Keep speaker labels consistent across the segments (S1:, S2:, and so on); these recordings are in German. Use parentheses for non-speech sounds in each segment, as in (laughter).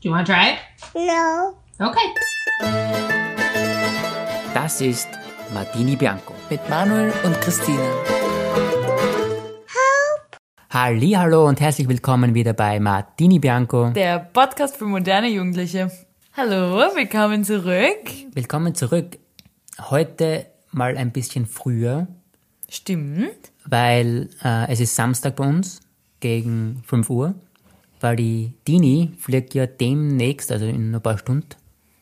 S1: Do you want to try it?
S2: No.
S1: Okay.
S3: Das ist Martini Bianco.
S4: Mit Manuel und Christine.
S3: Hallo und herzlich willkommen wieder bei Martini Bianco.
S4: Der Podcast für moderne Jugendliche. Hallo, willkommen zurück.
S3: Willkommen zurück. Heute mal ein bisschen früher,
S4: Stimmt.
S3: weil äh, es ist Samstag bei uns gegen 5 Uhr, weil die Dini fliegt ja demnächst, also in ein paar Stunden,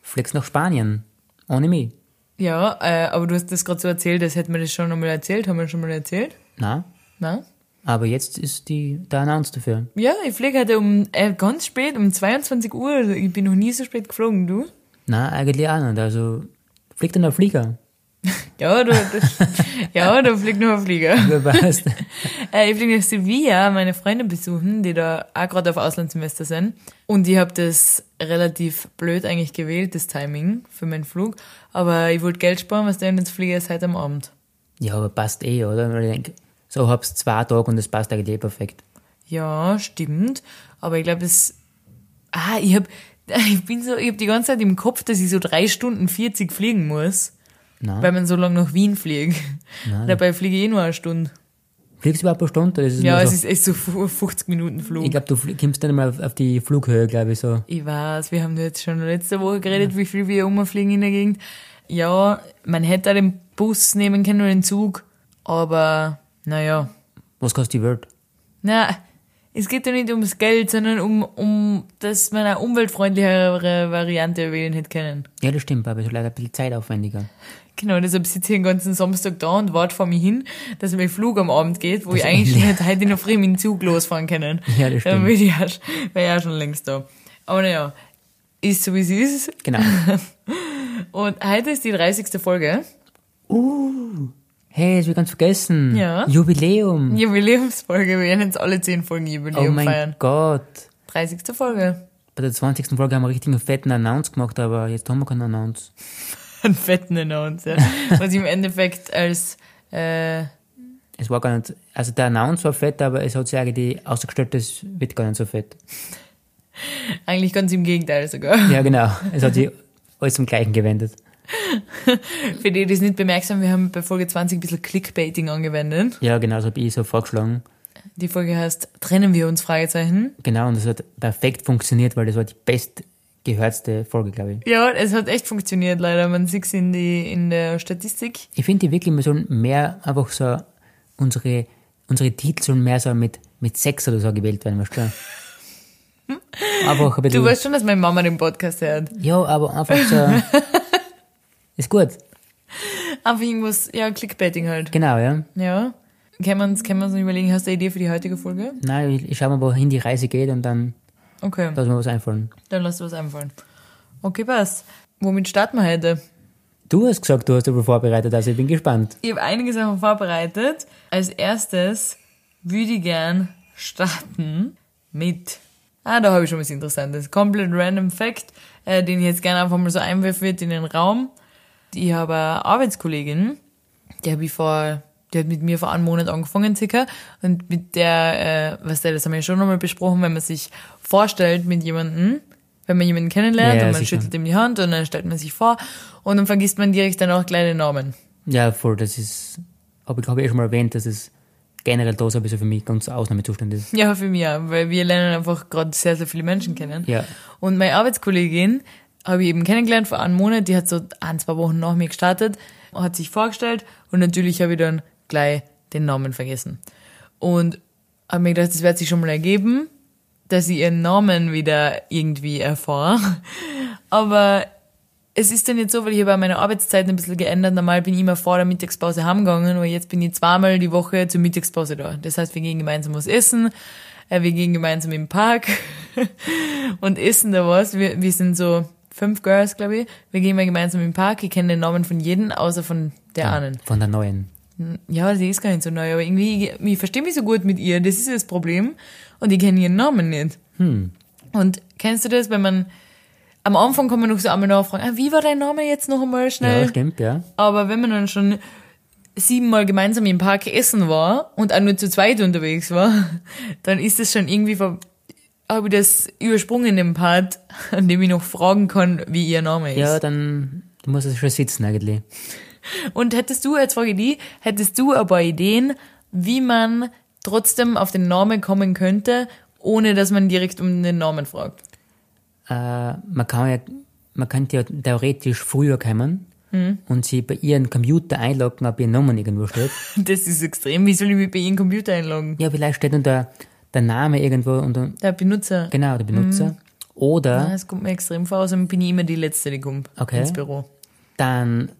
S3: fliegt nach Spanien. Ohne mich.
S4: Ja, äh, aber du hast das gerade so erzählt, das hätten wir das schon einmal erzählt. Haben wir schon mal erzählt?
S3: Na?
S4: Na?
S3: Aber jetzt ist die, der Announce dafür.
S4: Ja, ich fliege heute um äh, ganz spät, um 22 Uhr. Also Ich bin noch nie so spät geflogen, du?
S3: Na, eigentlich auch nicht. Also fliegt dann der Flieger. (laughs)
S4: Ja, du, das, (laughs) ja, da fliegt nur ein Flieger.
S3: Du weißt.
S4: (laughs) Äh, ich fliege nach Sevilla meine Freunde besuchen, die da auch gerade auf Auslandssemester sind. Und ich habe das relativ blöd eigentlich gewählt, das Timing für meinen Flug. Aber ich wollte Geld sparen, was der ins Flieger ist heute am Abend.
S3: Ja, aber passt eh, oder? Weil ich denk, so hab's zwei Tage und es passt eigentlich eh perfekt.
S4: Ja, stimmt. Aber ich glaube, es. Ah, ich hab. (laughs) Ich bin so, ich habe die ganze Zeit im Kopf, dass ich so drei Stunden 40 fliegen muss,
S3: Na?
S4: weil man so lange nach Wien fliegt. (laughs) Dabei fliege ich eh nur eine Stunde.
S3: Fliegst du überhaupt eine Stunde? Das ist
S4: Ja,
S3: nur
S4: es
S3: so,
S4: ist echt so 50 Minuten Flug.
S3: ich glaube, du flie- kommst dann mal auf, auf die Flughöhe, glaube ich, so.
S4: Ich weiß, wir haben jetzt schon letzte Woche geredet, wie viel wir rumfliegen in der Gegend. Ja, man hätte auch den Bus nehmen können oder den Zug, aber naja.
S3: Was kostet die Welt?
S4: Na, es geht ja nicht ums Geld, sondern um, um dass man eine umweltfreundlichere Variante wählen hätte können.
S3: Ja, das stimmt, aber es ist leider ein bisschen zeitaufwendiger.
S4: Genau, deshalb sitze ich den ganzen Samstag da und warte vor mir hin, dass mein Flug am Abend geht, wo ich eigentlich schon hätte heute noch früh mit dem Zug losfahren können.
S3: (laughs) Ja, das
S4: Dann
S3: stimmt.
S4: wäre ich, auch sch- wär ich auch schon längst da. Aber naja, ist so wie es ist.
S3: Genau.
S4: (laughs) Und heute ist die 30. Folge.
S3: Hey, das wir ganz vergessen.
S4: Ja.
S3: Jubiläum.
S4: Jubiläumsfolge. Wir werden jetzt alle 10 Folgen Jubiläum
S3: Hm. oh mein
S4: feiern.
S3: Gott.
S4: 30. Folge. (laughs)
S3: Bei der 20. Folge haben wir richtig einen fetten Announce gemacht, aber jetzt haben wir keinen Announce.
S4: Einen fetten Announce.
S3: (laughs)
S4: ja. Was im Endeffekt als, äh,
S3: Es war gar nicht, also der Announce war fett, aber es hat sich eigentlich ausgestellt, das wird gar nicht so fett.
S4: eigentlich ganz im Gegenteil sogar. (laughs)
S3: Ja, genau. Es hat sich alles zum Gleichen gewendet.
S4: Für die, die es nicht bemerkt haben, wir haben bei Folge 20 ein bisschen Clickbaiting angewendet.
S3: Ja, genau, das habe ich so vorgeschlagen.
S4: Die Folge heißt Trennen wir uns? Fragezeichen.
S3: Genau, und das hat perfekt funktioniert, weil das war die bestgehörtste Folge, glaube ich.
S4: Ja, es hat echt funktioniert leider. Man sieht es in, die- in der Statistik.
S3: Ich finde wirklich, wir sollen mehr einfach so unsere, unsere Titel sollen mehr so mit, mit Sex oder so gewählt werden, weißt du? (laughs) Einfach ein bisschen.
S4: Du weißt schon, dass meine Mama den Podcast hört.
S3: ja, aber einfach (laughs) so. ist gut.
S4: Einfach irgendwas, ja, Clickbaiting halt.
S3: Genau, ja.
S4: Ja. Können wir uns, können wir uns noch überlegen, hast du eine Idee für die heutige Folge?
S3: Nein, ich, ich schau mal, wohin die Reise geht und dann
S4: Okay,
S3: lass mir was einfallen.
S4: dann lass dir was einfallen. Okay, passt. Womit starten wir heute?
S3: Du hast gesagt, du hast dich wohl vorbereitet, also ich bin gespannt.
S4: Ich habe einige Sachen vorbereitet. Als erstes würde ich gern starten mit. Ah, da habe ich schon was Interessantes. Komplett random Fact, äh, den ich jetzt gerne einfach mal so einwerfen würde in den Raum. Ich habe eine Arbeitskollegin, die habe ich vor, die hat mit mir vor einem Monat angefangen circa und mit der, äh, was der, das haben wir ja schon nochmal besprochen, wenn man sich vorstellt mit jemandem, wenn man jemanden kennenlernt
S3: Ja,
S4: und man
S3: sicher.
S4: schüttelt ihm die Hand und dann stellt man sich vor und dann vergisst man direkt danach gleich den Namen.
S3: Ja, voll, das ist, habe ich, hab ich eh schon mal erwähnt, dass es generell da so ein bisschen für mich ganz Ausnahmezustand ist.
S4: Ja, für mich auch, weil wir lernen einfach gerade sehr, sehr viele Menschen kennen.
S3: Ja.
S4: Und meine Arbeitskollegin habe ich eben kennengelernt vor einem Monat, die hat so ein, zwei Wochen nach mir gestartet, hat sich vorgestellt und natürlich habe ich dann gleich den Namen vergessen. Und habe mir gedacht, das wird sich schon mal ergeben, dass ich ihren Namen wieder irgendwie erfahre. (laughs) Aber es ist dann jetzt so, weil ich habe auch meine Arbeitszeiten ein bisschen geändert. Normal bin ich immer vor der Mittagspause heimgegangen, aber jetzt bin ich zweimal die Woche zur Mittagspause da. Das heißt, wir gehen gemeinsam was essen, äh, wir gehen gemeinsam im Park (laughs) und essen da was. Wir, wir sind so fünf Girls, glaube ich. Wir gehen mal gemeinsam im Park. Ich kenne den Namen von jedem, außer von der einen.
S3: Ah, Von der neuen.
S4: Ja, sie ist gar nicht so neu, aber irgendwie, ich, ich verstehe mich so gut mit ihr, das ist das Problem. Und ich kenne ihren Namen nicht.
S3: Hm.
S4: Und kennst du das, wenn man, am Anfang kann man noch so einmal nachfragen, ah, wie war dein Name jetzt noch einmal
S3: Ja,
S4: schnell?
S3: stimmt, ja.
S4: aber wenn man dann schon siebenmal gemeinsam im (laughs) Park essen war und auch nur zu zweit unterwegs war, dann ist das schon irgendwie ver habe ich das übersprungen in dem Part, (laughs) an dem ich noch fragen kann, wie ihr Name ist.
S3: Ja, dann du musst es schon sitzen eigentlich.
S4: Und hättest du, jetzt frage ich die, hättest du ein paar Ideen, wie man trotzdem auf den Namen kommen könnte, ohne dass man direkt um den Namen fragt? (laughs)
S3: Äh, man kann ja, man könnte ja theoretisch früher kommen
S4: Mhm.
S3: und sie bei ihren Computer einloggen, ob ihr Name irgendwo
S4: (laughs)
S3: steht.
S4: Das ist extrem. Wie soll ich mich bei Ihrem Computer einloggen?
S3: ja, vielleicht steht dann der, der Name irgendwo und dann,
S4: Der Benutzer.
S3: genau, der Benutzer.
S4: Ah,
S3: Oder
S4: Das kommt mir extrem vor, außerdem bin ich immer die Letzte, die kommt
S3: Okay.
S4: ins Büro.
S3: dann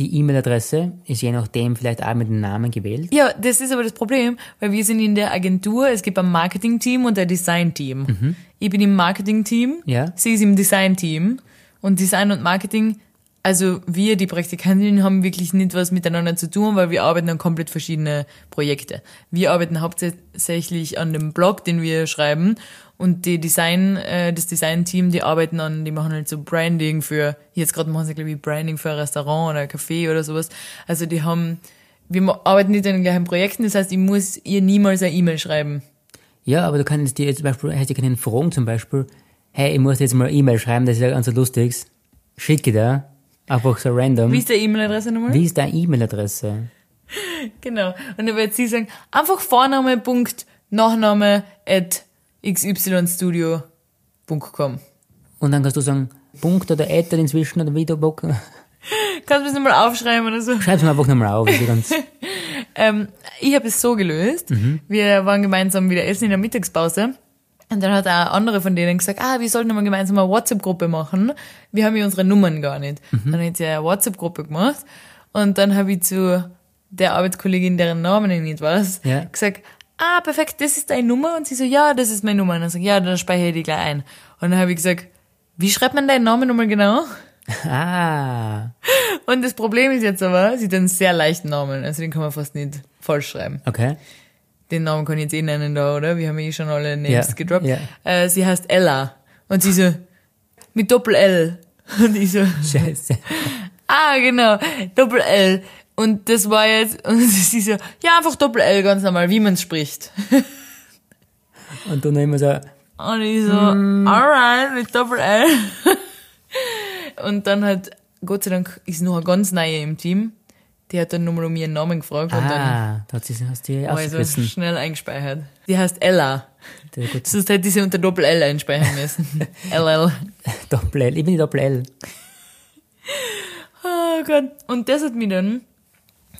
S3: die E-Mail-Adresse ist je nachdem vielleicht auch mit dem Namen gewählt.
S4: Ja, das ist aber das Problem, weil wir sind in der Agentur, es gibt ein Marketing-Team und ein Design-Team. Ich bin im Marketing-Team,
S3: Mhm. Ja.
S4: sie ist im Design-Team und Design und Marketing, also wir, die Praktikantinnen, haben wirklich nicht was miteinander zu tun, weil wir arbeiten an komplett verschiedene Projekte. Wir arbeiten hauptsächlich an dem Blog, den wir schreiben und die Design, äh, das Design-Team, die arbeiten an, die machen halt so Branding für, jetzt gerade machen sie glaube ich Branding für ein Restaurant oder ein Café oder sowas. Also die haben wir ma- arbeiten nicht an den gleichen Projekten, das heißt, ich muss ihr niemals eine E-Mail schreiben.
S3: Ja, aber du kannst dir jetzt zum Beispiel, hättest du können fragen zum Beispiel, hey, ich muss jetzt mal eine E-Mail schreiben, das ist ja ganz so lustig. Schicke da, einfach so random.
S4: Wie ist der E-Mail-Adresse nochmal?
S3: Wie ist deine E-Mail-Adresse?
S4: Genau. Und dann wird sie sagen, einfach Vorname, Punkt, Nachname, at xystudio.com.
S3: Und dann kannst du sagen, Punkt oder Äther inzwischen oder wie du Bock.
S4: Kannst du das nochmal aufschreiben oder
S3: (laughs)
S4: so?
S3: Schreib's mir einfach nochmal auf. ist ja ganz,
S4: (laughs) Ähm, ich habe es so gelöst. Wir waren gemeinsam wieder essen in der Mittagspause. Und dann hat auch andere von denen gesagt, ah, wir sollten mal gemeinsam eine WhatsApp-Gruppe machen. Wir haben ja unsere Nummern gar nicht. Dann hat sie eine WhatsApp-Gruppe gemacht. Und dann habe ich zu der Arbeitskollegin, deren Namen ich nicht weiß,
S3: Ja.
S4: gesagt, ah, perfekt, das ist deine Nummer. Und sie so, ja, das ist meine Nummer. Und dann sag ich, ja, dann speichere ich die gleich ein. Und dann habe ich gesagt, wie schreibt man deinen Namen nochmal genau?
S3: (laughs) ah,
S4: Und das Problem ist jetzt aber, sie hat einen sehr leichten Namen. Also den kann man fast nicht falsch schreiben
S3: okay.
S4: den Namen kann ich jetzt eh nennen da, oder? Wir haben eh schon alle Names
S3: Ja,
S4: gedroppt.
S3: ja.
S4: Äh, sie heißt Ella. Und sie so, mit Doppel-L. (laughs) Und ich so,
S3: Scheiße.
S4: ah, genau, Doppel-L. Und das war jetzt, (laughs) und sie so, ja, einfach Doppel-L, ganz normal, wie man es spricht.
S3: Und du noch immer so,
S4: Und ich so,
S3: Hm.
S4: alright, mit Doppel-L. (laughs) und dann hat, Gott sei Dank, ist noch eine ganz neue im Team. Die hat dann nochmal um ihren Namen gefragt und dann
S3: ah, da hast du hast du dich
S4: war ich so
S3: ausgerissen.
S4: schnell eingespeichert. Die heißt Ella.
S3: Sehr (laughs) gut.
S4: Sonst hätte ich sie unter Doppel-L einspeichern (laughs) müssen. LL.
S3: Doppel-L. Ich bin die Doppel-L.
S4: Oh Gott. Und das hat mich dann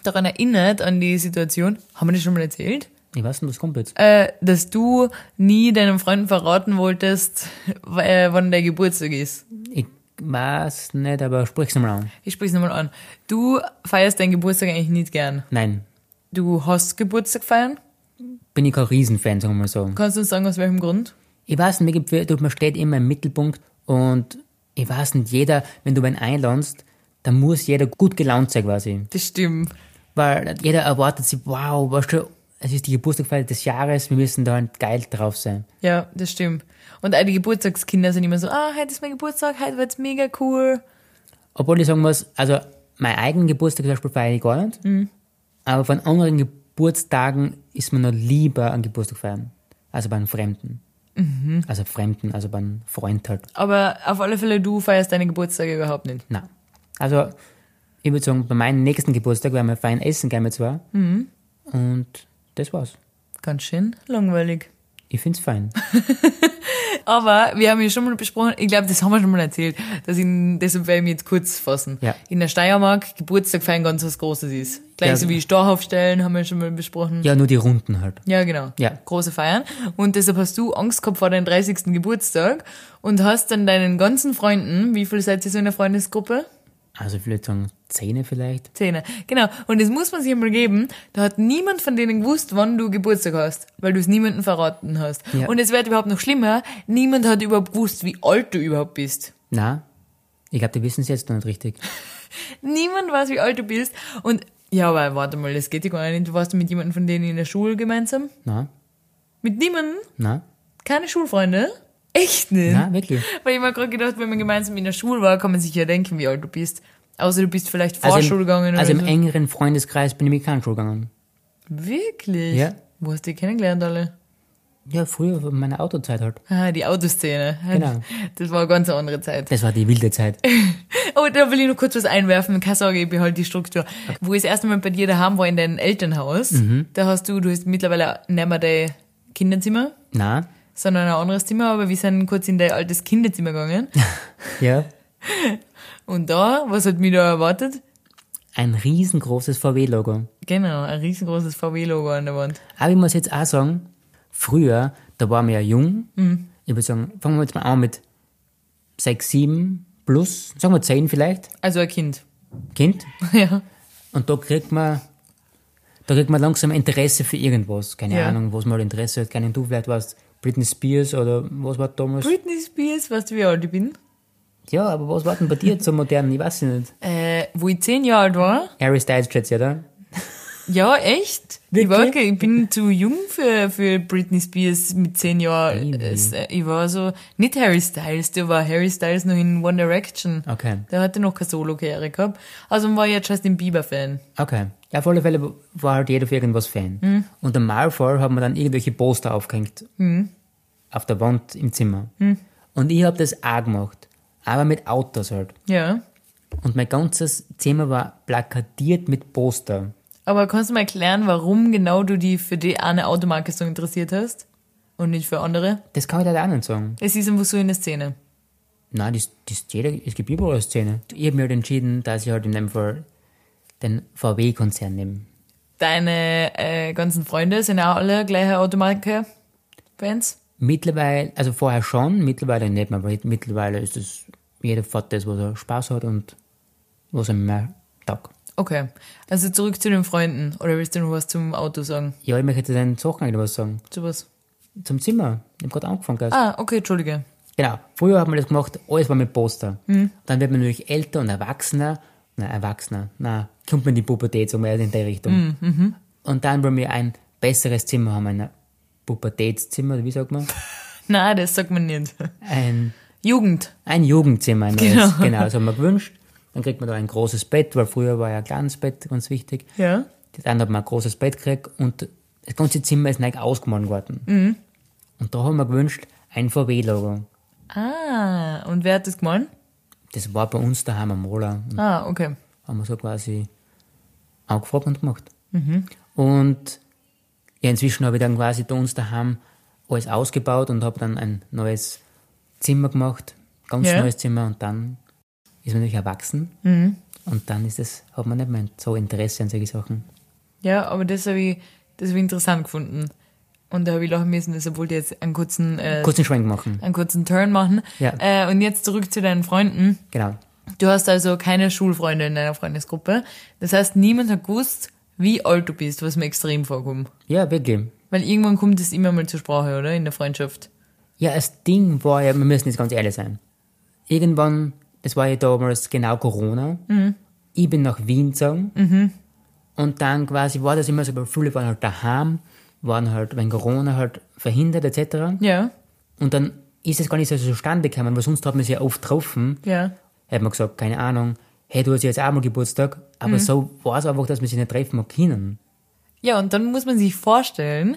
S4: daran erinnert, an die Situation, haben wir das schon mal erzählt?
S3: Ich weiß nicht, was kommt jetzt.
S4: Äh, dass du nie deinen Freunden verraten wolltest, w- äh, wann der Geburtstag ist.
S3: Ich weiß nicht, aber sprich's nochmal an.
S4: Ich sprich's nochmal an. Du feierst deinen Geburtstag eigentlich nicht gern.
S3: Nein.
S4: Du hast Geburtstag feiern?
S3: Bin ich kein Riesenfan, sagen wir mal so.
S4: Kannst du uns sagen, aus welchem Grund?
S3: Ich weiß nicht, mir gibt- du- man steht immer im Mittelpunkt und ich weiß nicht, jeder, wenn du wen einladest, dann muss jeder gut gelaunt sein quasi.
S4: Das stimmt.
S3: Weil jeder erwartet sich, wow, weißt du, es ist die Geburtstagsfeier des Jahres, wir müssen da halt geil drauf sein.
S4: Ja, das stimmt. Und all die Geburtstagskinder sind immer so, ah, heute ist mein Geburtstag, heute wird's mega cool.
S3: Obwohl ich sagen muss, also mein eigenen Geburtstag zum Beispiel feiere ich gar nicht, aber von anderen Geburtstagen ist mir noch lieber an Geburtstag feiern, also bei einem Fremden. Also Fremden, also bei einem Freund halt.
S4: Aber auf alle Fälle, du feierst deine Geburtstage überhaupt nicht.
S3: Nein. Also ich würde sagen, bei meinem nächsten Geburtstag werden wir fein essen gehen wir zwar und das war's.
S4: Ganz schön langweilig.
S3: Ich find's fein.
S4: Aber wir haben ja schon mal besprochen, ich glaube, das haben wir schon mal erzählt, dass ich, deshalb werde ich mich jetzt kurz fassen.
S3: Ja.
S4: In der Steiermark Geburtstag feiern ganz was Großes ist. Gleich
S3: Ja.
S4: so wie Stor aufstellen, haben wir schon mal besprochen.
S3: ja, nur die Runden halt.
S4: Ja, genau.
S3: Ja.
S4: Große Feiern. Und deshalb hast du Angst gehabt vor deinem 30. Geburtstag und hast dann deinen ganzen Freunden, wie viel seid ihr so in der Freundesgruppe?
S3: Also vielleicht sagen Zähne vielleicht.
S4: Zehner. Genau. Und das muss man sich einmal geben. Da hat niemand von denen gewusst, wann du Geburtstag hast, weil du es niemandem verraten hast.
S3: Ja.
S4: Und es wird überhaupt noch schlimmer. Niemand hat überhaupt gewusst, wie alt du überhaupt bist.
S3: Na, ich glaube, die wissen es jetzt noch nicht richtig.
S4: Niemand weiß, wie alt du bist. Und ja, aber warte mal, das geht ja gar nicht. Du warst mit jemandem von denen in der Schule gemeinsam?
S3: Na,
S4: Mit niemandem?
S3: na,
S4: Keine Schulfreunde? Echt nicht?
S3: na, wirklich.
S4: Weil ich mir gerade gedacht, wenn man gemeinsam in der Schule war, kann man sich ja denken, wie alt du bist. Außer du bist vielleicht vor Schule gegangen
S3: Also im
S4: oder so.
S3: engeren Freundeskreis bin ich mit keinen Schule gegangen.
S4: Wirklich?
S3: Ja.
S4: Wo hast du die kennengelernt alle?
S3: Ja, früher in meiner Autozeit halt.
S4: Ah, die Autoszene.
S3: Genau.
S4: Das war eine ganz andere Zeit. (laughs)
S3: Das war die wilde Zeit.
S4: Oh, da will ich noch kurz was einwerfen. Keine Sorge, ich behalte die Struktur. Wo ich das erste Mal bei dir daheim war, in deinem Elternhaus, da hast du, du hast mittlerweile nicht mehr dein Kinderzimmer,
S3: Na,
S4: sondern ein anderes Zimmer, aber wir sind kurz in dein altes Kinderzimmer gegangen.
S3: ja,
S4: Und da, was hat mich da erwartet?
S3: ein riesengroßes VW-Logo.
S4: Genau, ein riesengroßes VW-Logo an der Wand.
S3: Aber ich muss jetzt auch sagen, früher, da waren wir ja jung.
S4: Mhm.
S3: Ich würde sagen, fangen wir jetzt mal an mit sechs, sieben plus, sagen wir zehn vielleicht,
S4: Also ein Kind. (laughs)
S3: Kind.
S4: ja.
S3: Und da kriegt man, da kriegt man langsam Interesse für irgendwas. Keine
S4: Ja.
S3: Ahnung, was man halt Interesse hat. Keine Ahnung, du vielleicht warst Britney Spears oder was war damals?
S4: Britney Spears, weißt du, wie alt ich bin?
S3: ja, aber was war denn bei dir zum modernen? Ich weiß nicht.
S4: Äh, wo ich zehn Jahre alt war.
S3: Harry Styles schätze ich, oder?
S4: Ja, echt? Ich, war,
S3: Wirklich?
S4: ich bin zu jung für, für Britney Spears mit zehn Jahren.
S3: Really?
S4: Es, äh, Ich war so, nicht Harry Styles, der war Harry Styles noch in One Direction.
S3: Okay.
S4: Der hatte noch keine Solo-Karriere gehabt. Also war ich ja Justin Bieber-Fan.
S3: Okay. Ja, auf alle Fälle war halt jeder für irgendwas Fan. Und am Malfoy haben wir dann irgendwelche Poster aufgehängt. Auf der Wand im Zimmer. Und ich habe das auch gemacht. Aber mit Autos halt.
S4: Ja.
S3: Und mein ganzes Zimmer war plakatiert mit Poster.
S4: Aber kannst du mal erklären, warum genau du die für die eine Automarke so interessiert hast? Und nicht für andere?
S3: Das kann ich leider auch nicht sagen.
S4: Es ist einfach so in der Szene.
S3: Nein, das, das jeder, es gibt überall eine Szene. Ich habe mir halt entschieden, dass ich halt in dem Fall den VW-Konzern nehme.
S4: Deine äh, ganzen Freunde sind auch alle gleiche Automarke-Fans?
S3: Mittlerweile, also vorher schon, mittlerweile nicht mehr, weil mittlerweile ist es, jeder fährt das, was er Spaß hat und was ihm mehr taugt.
S4: Okay. Also zurück zu den Freunden. Oder willst du noch was zum Auto sagen?
S3: Ja, ich möchte deinen Sachen eigentlich was sagen.
S4: Zu was?
S3: Zum Zimmer. Ich habe gerade angefangen, Geist.
S4: Ah, okay, Entschuldige. (laughs)
S3: Genau. Früher hat man das gemacht, alles war mit Poster. Dann wird man natürlich älter und erwachsener. Nein, erwachsener. Na, kommt man in die Pubertät, sagen wir in der Richtung. Und dann wollen wir ein besseres Zimmer haben, ein Pubertätszimmer, oder wie sagt man?
S4: Na, das sagt man nicht. (laughs)
S3: Ein,
S4: Jugend.
S3: ein Jugendzimmer, ein neues.
S4: Genau.
S3: Genau. genau, das haben wir gewünscht. Dann kriegt man da ein großes Bett, weil früher war ja ein kleines Bett ganz wichtig.
S4: Ja.
S3: Dann hat man ein großes Bett gekriegt und das ganze Zimmer ist neu ausgemalt worden. Und da haben wir gewünscht, ein VW-Logo.
S4: Ah, und wer hat das gemeint?
S3: Das war bei uns daheim am Maler. Und
S4: Ah, okay.
S3: haben wir so quasi angefragt und gemacht. Und ja, inzwischen habe ich dann quasi bei uns daheim alles ausgebaut und habe dann ein neues Zimmer gemacht, ganz
S4: Ja.
S3: neues Zimmer und dann ist man natürlich erwachsen und dann ist das, hat man nicht mehr so Interesse an solche Sachen.
S4: Ja, aber das habe ich, das habe ich interessant gefunden. Und da habe ich lachen müssen, deshalb wollte ich jetzt einen kurzen, äh,
S3: Kurz den Schwenk machen,
S4: einen kurzen Turn machen.
S3: Ja.
S4: Äh, und jetzt zurück zu deinen Freunden.
S3: genau.
S4: Du hast also keine Schulfreunde in deiner Freundesgruppe. Das heißt, niemand hat gewusst, wie alt du bist, was mir extrem vorkommt.
S3: Ja, wirklich.
S4: Weil irgendwann kommt es immer mal zur Sprache, oder? In der Freundschaft.
S3: Ja, das Ding war ja, wir müssen jetzt ganz ehrlich sein. Irgendwann, das war ja damals genau Corona. Ich bin nach Wien gezogen. Und dann quasi war das immer so, weil viele waren halt daheim, waren halt wegen Corona halt verhindert etc.
S4: Ja,
S3: Und dann ist es gar nicht so zustande gekommen, weil sonst hat man sich ja oft getroffen.
S4: ja.
S3: Hat man gesagt, keine Ahnung, hey, du hast ja jetzt auch mal Geburtstag. Aber so war es einfach, dass man sich nicht treffen mag können.
S4: Ja, und dann muss man sich vorstellen,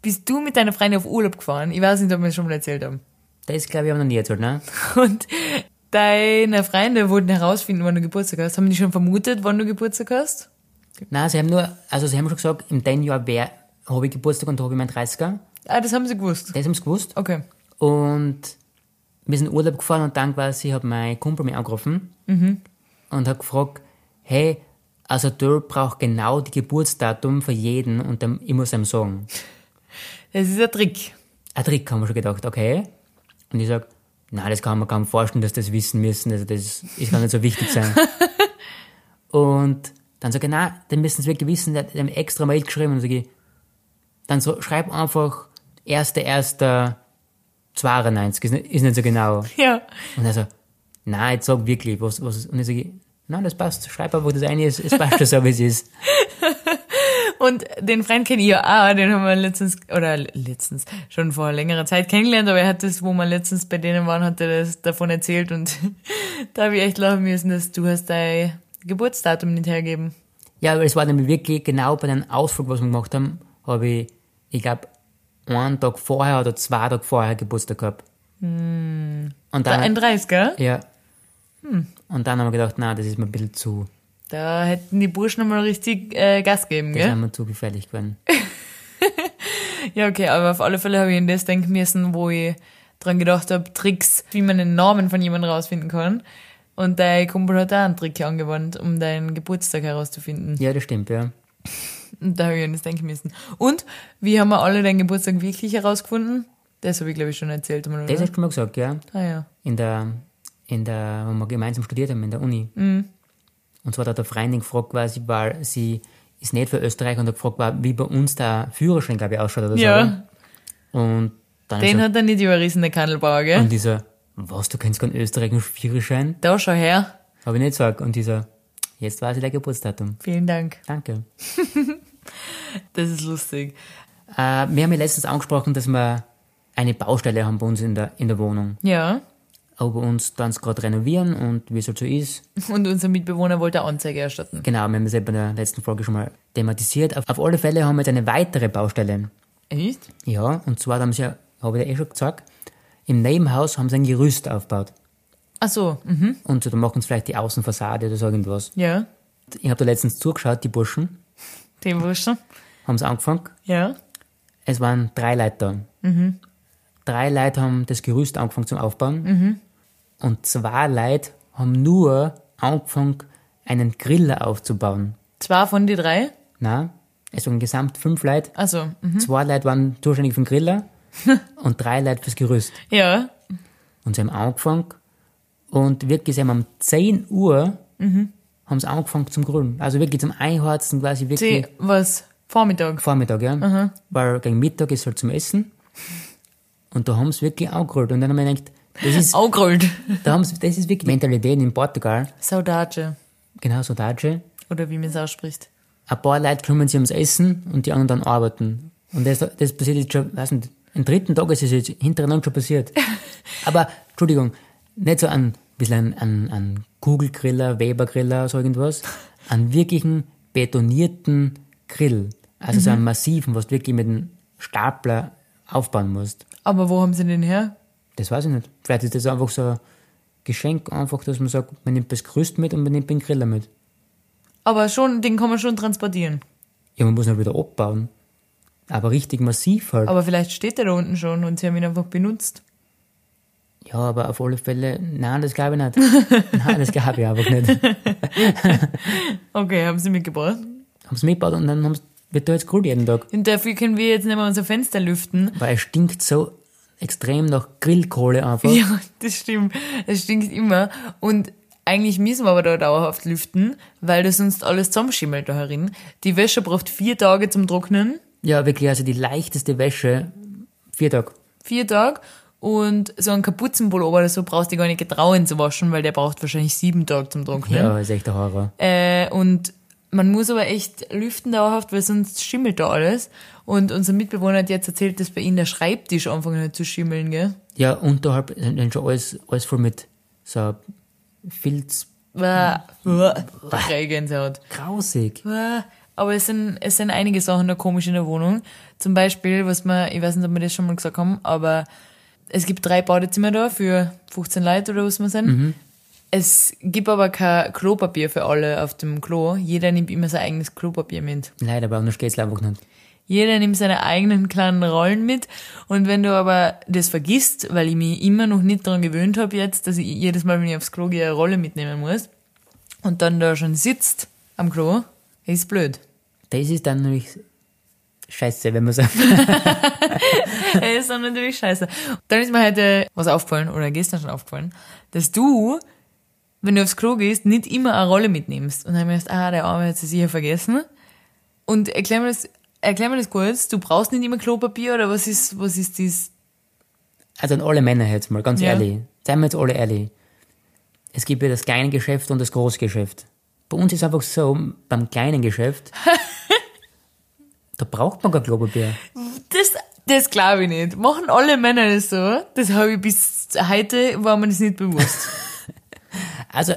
S4: bist du mit deiner Freundin auf Urlaub gefahren? Ich weiß nicht, ob wir es schon mal erzählt haben. (laughs)
S3: Das glaube ich haben wir noch nie erzählt, ne?
S4: Und deine Freunde wollten herausfinden, wann du Geburtstag hast. Haben die schon vermutet, wann du Geburtstag hast?
S3: Nein, sie haben nur, also sie haben schon gesagt, im dem Jahr habe ich Geburtstag und da habe ich meinen 30er.
S4: Ah, das haben sie gewusst.
S3: Das haben sie gewusst.
S4: Okay.
S3: Und wir sind in Urlaub gefahren und dann quasi hat mein Kumpel mich angerufen und hat gefragt, hey, also du brauchst genau die Geburtsdatum für jeden und dann, ich muss ihm sagen.
S4: Das ist ein Trick.
S3: Ein Trick haben wir schon gedacht, okay. Und ich sag, nein, das kann man kaum vorstellen, dass das wissen müssen, also das ist gar nicht so wichtig sein. und dann sag ich, nein, dann müssen sie wirklich wissen, der hat ihm extra Mail geschrieben und sag ich, dann so, schreib einfach 1.1.92, ist nicht, ist nicht so genau.
S4: (laughs) Ja.
S3: Und er so, nein, jetzt sag wirklich, was, was ist. Und ich sage, nein, das passt, schreib einfach das eine, es, es passt schon so, wie es ist.
S4: Und den Freund kenne ich ja auch, den haben wir letztens, oder letztens, schon vor längerer Zeit kennengelernt, aber er hat das, wo wir letztens bei denen waren, hat er das davon erzählt und (laughs) da habe ich echt lachen müssen, dass du hast dein Geburtsdatum nicht hergeben.
S3: Ja, aber es war nämlich wirklich genau bei dem Ausflug, was wir gemacht haben, habe ich, ich glaube, einen Tag vorher oder zwei Tage vorher Geburtstag gehabt. Und
S4: Hm. Da
S3: dann,
S4: ein Hm. 30, gell?
S3: ja. Und dann haben wir gedacht, na, das ist mir ein bisschen zu,
S4: Da hätten die Burschen mal richtig äh, Gas geben,
S3: das
S4: gell?
S3: ist mir zu gefährlich geworden.
S4: Ja, okay, aber auf alle Fälle habe ich an das denken müssen, wo ich dran gedacht habe, Tricks, wie man den Namen von jemandem rausfinden kann. Und dein Kumpel hat da einen Trick angewandt, um deinen Geburtstag herauszufinden.
S3: Ja, das stimmt, ja.
S4: Und da habe ich an das denken müssen. Und wie haben wir alle deinen Geburtstag wirklich herausgefunden? Das habe ich, glaube ich, schon erzählt. Mal,
S3: Das
S4: oder?
S3: hast du schon mal gesagt, ja.
S4: Ah ja.
S3: in der, in der, wo wir gemeinsam studiert haben, in der Uni.
S4: Hm.
S3: Und zwar hat der Freundin gefragt, quasi, weil sie ist nicht für Österreich und hat gefragt, war, wie bei uns der Führerschein, glaube ich, ausschaut oder so.
S4: Ja,
S3: oder? Und dann
S4: den
S3: ist
S4: hat dann nicht überrissen, der Kandelbauer,
S3: er,
S4: gell?
S3: Also- und dieser, was, du kennst keinen österreichischen Führerschein?
S4: Da schau her.
S3: Habe ich nicht gesagt. Und dieser, jetzt weiß ich dein Geburtsdatum.
S4: Vielen Dank.
S3: Danke.
S4: Das ist lustig.
S3: Äh, wir haben ja letztens angesprochen, dass wir eine Baustelle haben bei uns in der, in der Wohnung.
S4: Ja.
S3: Aber uns dann gerade renovieren und wie es halt so ist,
S4: Und unser Mitbewohner wollte eine Anzeige erstatten.
S3: Genau, wir haben es eben in der letzten Folge schon mal thematisiert. Auf, auf alle Fälle haben wir jetzt eine weitere Baustelle.
S4: Echt?
S3: Ja, und zwar, da haben sie ja, habe ich ja eh schon gesagt, im Nebenhaus haben sie ein Gerüst aufgebaut.
S4: Ach so, mhm.
S3: Und so, da machen sie vielleicht die Außenfassade oder so irgendwas.
S4: Ja.
S3: Ich habe da letztens zugeschaut, die Burschen,
S4: Den Wurscht.
S3: haben es angefangen.
S4: Ja.
S3: Es waren drei Leute da. Drei Leute haben das Gerüst angefangen zum Aufbauen. Und zwei Leute haben nur angefangen, einen Griller aufzubauen.
S4: Zwei von die drei?
S3: Na, also im Gesamt fünf Leute
S4: Ach so, mhm.
S3: Zwei Leute waren zuständig für den Griller und drei Leute fürs Gerüst.
S4: Ja.
S3: Und sie haben angefangen und wirklich, sie haben um 10 Uhr haben sie angefangen zum Grillen. Also wirklich zum Einheizen quasi wirklich
S4: Die, was? Vormittag.
S3: Vormittag, ja. Weil gegen Mittag ist halt zum Essen. Und da haben sie wirklich angegrillt. Und dann haben wir gedacht, das
S4: (laughs)
S3: ist,
S4: Augrollt.
S3: da haben sie, das ist wirklich Mentalität in Portugal.
S4: Saudade.
S3: Genau, so Datsche.
S4: Oder wie man es ausspricht.
S3: Ein paar Leute kümmern sich ums Essen und die anderen dann arbeiten. Und das, das passiert jetzt schon, weiß nicht, am dritten Tag ist es jetzt hintereinander schon passiert. Aber, Entschuldigung, nicht so ein bisschen an, an Kugelgriller, Webergriller, so irgendwas, an wirklichen betonierten Grill. Also so einen massiven, was du wirklich mit einem Stapler aufbauen musst.
S4: Aber wo haben sie den her?
S3: Das weiß ich nicht. Vielleicht ist das einfach so ein Geschenk, einfach, dass man sagt, man nimmt das Gerüst mit und man nimmt den Griller mit.
S4: Aber schon, den kann man schon transportieren.
S3: Ja, man muss ihn halt wieder abbauen. Aber richtig massiv halt.
S4: Aber vielleicht steht der da unten schon und sie haben ihn einfach benutzt.
S3: Ja, aber auf alle Fälle, nein, das glaube ich nicht. nein, das glaube ich einfach nicht.
S4: Okay, haben sie mitgebracht.
S3: Haben sie mitgebaut und dann haben's, wird da jetzt geholt jeden Tag.
S4: Und dafür können wir jetzt nicht mehr unser Fenster lüften.
S3: Weil es stinkt so extrem nach Grillkohle einfach.
S4: Ja, das stimmt. Das stinkt immer. Und eigentlich müssen wir aber da dauerhaft lüften, weil das sonst alles zusammenschimmelt da herin. Die Wäsche braucht vier Tage zum Trocknen.
S3: Ja, wirklich, also die leichteste Wäsche, vier Tage.
S4: vier Tage. Und so einen Kapuzenpullover oder so brauchst du gar nicht getrauen zu waschen, weil der braucht wahrscheinlich sieben Tage zum Trocknen.
S3: Ja, ist echt der Horror.
S4: Äh, und man muss aber echt lüften dauerhaft, weil sonst schimmelt da alles. Und unser Mitbewohner hat jetzt erzählt, dass bei ihm der Schreibtisch angefangen hat zu schimmeln, gell?
S3: Ja, unterhalb sind sind schon alles, alles voll mit so Filz,
S4: Bäh. Bäh. Drei Gänsehaut.
S3: grausig.
S4: Bäh. Aber es sind, es sind einige Sachen da komisch in der Wohnung. Zum Beispiel, was man, ich weiß nicht, ob wir das schon mal gesagt haben, aber es gibt drei Badezimmer da für 15 Leute oder was man sind. Es gibt aber kein Klopapier für alle auf dem Klo. Jeder nimmt immer sein eigenes Klopapier mit.
S3: Leider, aber anders geht's einfach nicht.
S4: Jeder nimmt seine eigenen kleinen Rollen mit. Und wenn du aber das vergisst, weil ich mich immer noch nicht daran gewöhnt habe jetzt, dass ich jedes Mal, wenn ich aufs Klo gehe, eine Rolle mitnehmen muss, und dann da schon sitzt am Klo, ist blöd.
S3: Das ist dann nämlich scheiße, wenn man (laughs) sagt.
S4: (laughs) Das ist dann natürlich scheiße. Dann ist mir heute was aufgefallen, oder gestern schon aufgefallen, dass du, wenn du aufs Klo gehst, nicht immer eine Rolle mitnimmst. Und dann habe ich mir gedacht, ah, der Arme hat sie sicher vergessen. Und erklär mir das, erklär mir das kurz, du brauchst nicht immer Klopapier, oder was ist, was ist dies?
S3: Also an alle Männer jetzt mal, ganz
S4: Ja.
S3: ehrlich. Seien wir jetzt alle ehrlich. Es gibt ja das kleine Geschäft und das Großgeschäft. Bei uns ist einfach so, beim kleinen (laughs) Geschäft, da braucht man kein Klopapier.
S4: Das, das glaube ich nicht. Machen alle Männer das so? Das habe ich bis heute, war mir das nicht bewusst.
S3: Also,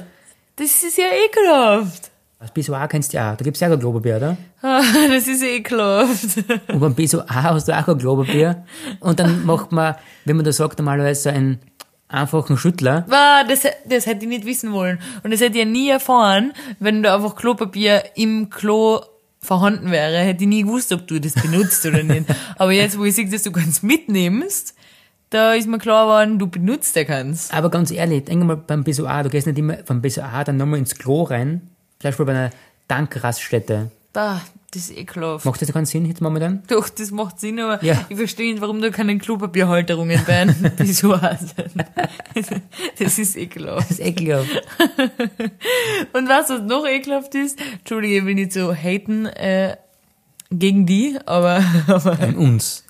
S4: Das ist ja ekelhaft. (laughs)
S3: Das Pissoir kennst du ja auch. Da gibt es ja auch ein Globerbier, oder?
S4: Ah, das ist ekelhaft.
S3: Und beim Pissoir hast du auch ein Globerbier. Und dann macht man, wenn man da sagt, normalerweise so einen einfachen Schüttler.
S4: Wow, das, das hätte ich nicht wissen wollen. Und das hätte ich ja nie erfahren, wenn da einfach Klopapier im Klo vorhanden wäre. Hätte ich nie gewusst, ob du das benutzt oder (laughs) nicht. Aber jetzt, wo ich sehe, dass du ganz mitnimmst, da ist mir klar geworden, du benutzt ja keins.
S3: Aber ganz ehrlich, denk mal beim Pissoir, du gehst nicht immer vom Pissoir dann nochmal ins Klo rein. Zum Beispiel bei einer Tankraststätte.
S4: Bah, das ist ekelhaft.
S3: Macht das keinen Sinn jetzt momentan?
S4: Doch, das macht Sinn, aber
S3: Ja.
S4: ich verstehe nicht, warum da keine Klopapierhalterungen bei (laughs) einem Pissoir sind. (laughs) Das ist eh ekelhaft.
S3: Das ist ekelhaft.
S4: Und was was noch ekelhaft ist, Entschuldige, ich will nicht so haten äh, gegen die, aber, (laughs) aber
S3: An uns.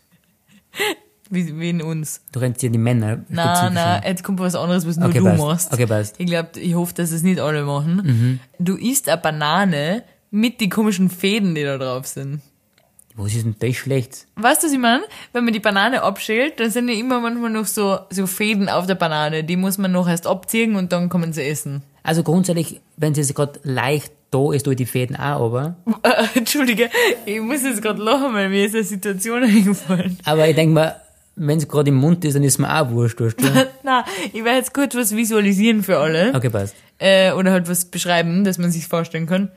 S4: wie, wie in uns.
S3: Du rennst dir die Männer.
S4: Na,
S3: spezifisch
S4: na,
S3: an.
S4: jetzt kommt was anderes, was nur
S3: Okay,
S4: du
S3: passt.
S4: machst.
S3: Okay, Mhm. passt.
S4: Ich glaube, ich hoffe, dass es nicht alle machen. Du isst eine Banane mit die komischen Fäden, die da drauf sind.
S3: Was ist denn das schlecht?
S4: Weißt du, was ich meine? Wenn man die Banane abschält, dann sind ja immer manchmal noch so, so Fäden auf der Banane. Die muss man noch erst abziehen und dann kann man sie essen. (laughs)
S3: Also grundsätzlich, wenn es jetzt gerade leicht da ist, durch die Fäden auch, aber.
S4: Äh, Entschuldige, ich muss jetzt gerade lachen, weil mir ist eine Situation eingefallen. (laughs)
S3: Aber ich denke mal, wenn es gerade im Mund ist, dann ist mir auch wurscht, wurscht. ja?
S4: Na, ich werde jetzt kurz was visualisieren für alle.
S3: Okay, passt.
S4: Äh, oder halt was beschreiben, dass man sich vorstellen kann.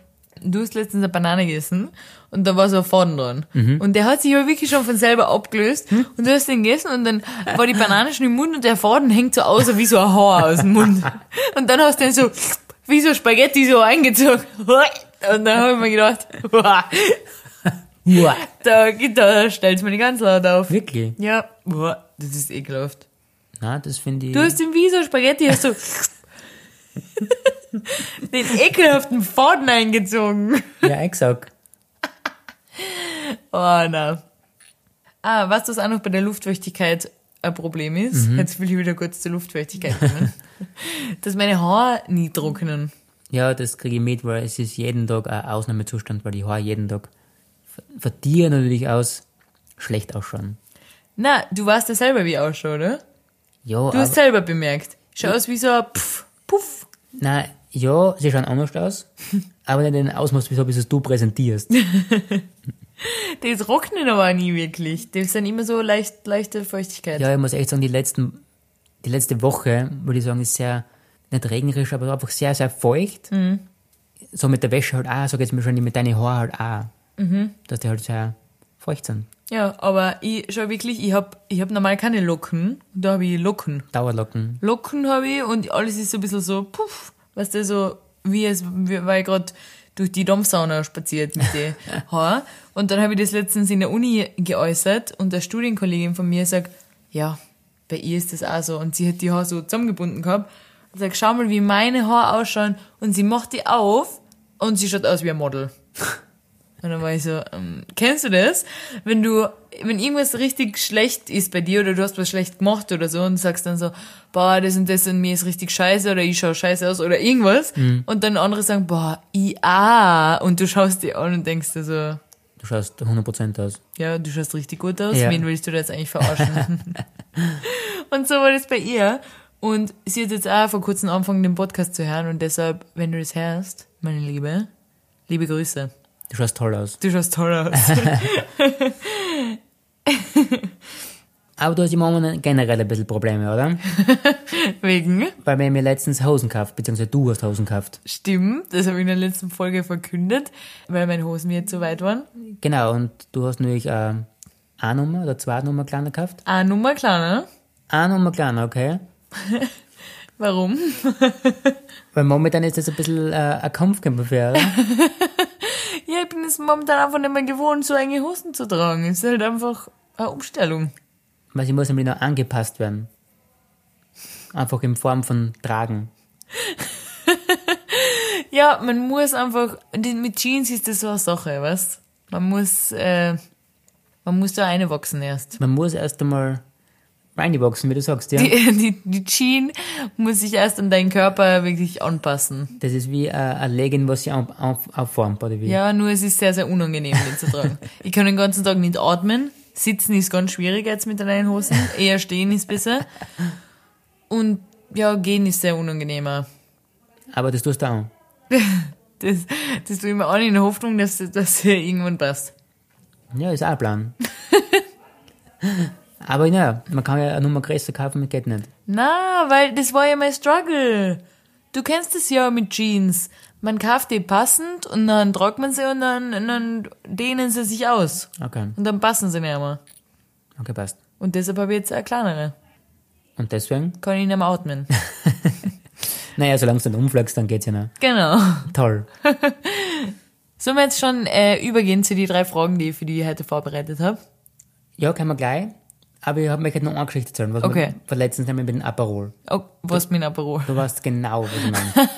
S4: Du hast letztens eine Banane gegessen und da war so ein Faden dran. Und der hat sich aber wirklich schon von selber abgelöst und du hast den gegessen und dann war die Banane schon im Mund und der Faden hängt so aus wie so ein Haar aus dem Mund. Und dann hast du den so wie so Spaghetti so eingezogen. Und dann habe ich mir gedacht, "Uah,
S3: Uah,
S4: da, da stellt mir die ganz laut auf.
S3: wirklich?
S4: Ja, uah, das ist ekelhaft.
S3: Na, das finde ich.
S4: Du hast den Wieso Spaghetti, hast du (laughs) den ekelhaften Faden eingezogen.
S3: ja, exakt.
S4: Oh, na. Ah, was das auch noch bei der Luftfeuchtigkeit ein Problem ist, jetzt will ich wieder kurz zur Luftfeuchtigkeit (laughs) kommen, dass meine Haare nie trocknen.
S3: Ja, das kriege ich mit, weil es ist jeden Tag ein Ausnahmezustand, weil die Haare jeden Tag ver- verdieren natürlich aus, schlecht ausschauen.
S4: Na, du weißt ja selber, wie ich ausschaue, oder?
S3: Ja,
S4: Du
S3: aber,
S4: hast selber bemerkt. Schau aus wie so ein Pff, Puff.
S3: na, ja, sie schauen anders
S4: (laughs)
S3: aus, aber nicht in dem Ausmaß, wieso bis es du präsentierst.
S4: Die trocknen aber nie wirklich. Die sind immer so leicht, leichte Feuchtigkeit.
S3: Ja, ich muss echt sagen, die, letzten, die letzte Woche, würde ich sagen, ist sehr, nicht regnerisch, aber einfach sehr, sehr feucht. So mit der Wäsche halt auch, so geht's mir schon mit deinen Haaren halt auch. Dass die halt sehr feucht sind.
S4: Ja, aber ich schau wirklich, ich hab ich hab normal keine Locken. Da hab ich Locken.
S3: Dauerlocken.
S4: Locken hab ich und alles ist so ein bisschen so, puff, weißt du, so, wie es, wie, weil ich grad durch die Domsauna spaziert mit den Haaren. Und dann habe ich das letztens in der Uni geäußert und der Studienkollegin von mir sagt, ja, bei ihr ist das auch so. Und sie hat die Haare so zusammengebunden gehabt. Und sagt, schau mal, wie meine Haare ausschauen. Und sie macht die auf und sie schaut aus wie ein Model. Und dann war ich so, ähm, kennst du das? Wenn du, wenn irgendwas richtig schlecht ist bei dir oder du hast was schlecht gemacht oder so und sagst dann so, boah, das und das und mir ist richtig scheiße oder ich schau scheiße aus oder irgendwas. Und dann andere sagen, boah, ich ah. Und du schaust dir an und denkst dir so,
S3: Du schaust 100% aus.
S4: ja, du schaust richtig gut aus,
S3: Ja.
S4: wen willst du da jetzt eigentlich verarschen? und so war das bei ihr. Und sie hat jetzt auch vor kurzem angefangen, den Podcast zu hören und deshalb, wenn du das hörst, meine Liebe, liebe Grüße.
S3: Du schaust toll aus.
S4: Du schaust toll aus.
S3: Aber du hast im Moment generell ein bisschen Probleme, oder?
S4: Wegen.
S3: Weil wir haben ja letztens Hosen gekauft, beziehungsweise du hast Hosen gekauft.
S4: Stimmt, das habe ich in der letzten Folge verkündet, weil meine Hosen mir zu weit waren.
S3: Genau, und du hast natürlich äh, eine Nummer oder zwei Nummer kleiner gekauft.
S4: Ah, Nummer kleiner.
S3: Eine Nummer kleiner, okay?
S4: Warum?
S3: Weil momentan ist das ein bisschen äh, ein Kampfkämpfer für, oder?
S4: Ja, ich bin es momentan einfach nicht mehr gewohnt, so enge Hosen zu tragen. Es ist halt einfach eine Umstellung.
S3: Weil sie muss nämlich noch angepasst werden. Einfach in Form von Tragen.
S4: Ja, man muss einfach, die- mit Jeans ist das so eine Sache, weißt? Man muss, äh, man muss da einwachsen erst. (laughs)
S3: Man muss erst einmal reinboxen, wie du sagst, ja.
S4: Die, die, die Jeans muss sich erst an deinen Körper wirklich anpassen.
S3: das ist wie äh, eine Legging, was sie auf, auf, aufformt, oder wie?
S4: Ja, nur es ist sehr, sehr unangenehm, den zu tragen. ich kann den ganzen Tag nicht atmen. Sitzen ist ganz schwierig jetzt mit den Hosen. Eher stehen ist besser. Und ja, gehen ist sehr unangenehmer. (laughs)
S3: Aber das tust du auch.
S4: Das, das tue ich mir auch nicht in der Hoffnung, dass, dass hier irgendwann passt.
S3: Ja, ist auch ein
S4: (laughs)
S3: Plan. Aber ja, man kann ja eine Nummer größer kaufen, mit geht nicht.
S4: Na, weil das war ja mein Struggle. Du kennst das ja mit Jeans. Man kauft die passend und dann trocknet man sie und dann, und dann dehnen sie sich aus.
S3: Okay,
S4: Und dann passen sie nicht mehr.
S3: okay, passt.
S4: Und deshalb habe ich jetzt eine kleinere.
S3: Und deswegen?
S4: Kann ich nicht mehr atmen.
S3: Naja, solange du nicht umflagst, dann geht's ja noch.
S4: genau.
S3: Toll.
S4: Sollen wir jetzt schon äh, übergehen zu die drei Fragen, die ich für die heute vorbereitet habe?
S3: Ja, können wir gleich. Aber ich habe mir gerade noch eine Geschichte erzählen, was
S4: Okay.
S3: wir von letztens nämlich mit dem Aperol.
S4: Oh, was mit einem (laughs) Büro.
S3: Du weißt genau, was ich
S4: (laughs)
S3: meine.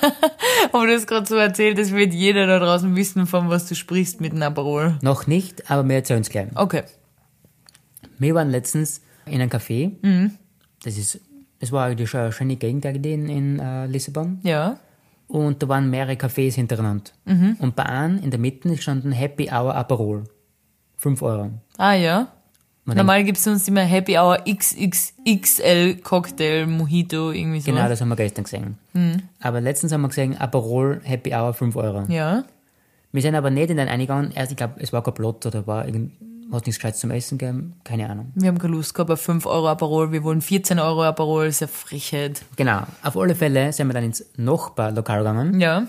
S4: Aber du hast gerade so erzählt, das wird jeder da draußen wissen, von was du sprichst mit einem Aperol.
S3: noch nicht, aber wir erzählen es gleich.
S4: Okay.
S3: Wir waren letztens in einem Café.
S4: Mhm.
S3: Das ist, es war eigentlich schon eine schöne Gegend eigentlich in, in äh, Lissabon.
S4: Ja.
S3: Und da waren mehrere Cafés hintereinander.
S4: Mhm.
S3: Und bei einem in der Mitte stand ein Happy Hour Aperol. 5 Euro.
S4: Ah ja.
S3: Man
S4: Normal gibst du uns immer Happy Hour XXXL Cocktail Mojito, irgendwie so.
S3: Genau, das haben wir gestern gesehen. Aber letztens haben wir gesehen, Aperol Happy Hour 5 Euro.
S4: Mhm. Ja.
S3: Wir sind aber nicht in den eingegangen. Erst, ich glaube, es war kein Plot oder war irgend, hat nichts Gescheites zum Essen gegeben. Keine Ahnung.
S4: Wir haben keine Lust gehabt auf 5 Euro Aperol, wir wollen 14 Euro Aperol, ist ja Frechheit.
S3: Genau. Auf alle Fälle sind wir dann ins Nachbarlokal gegangen.
S4: Ja.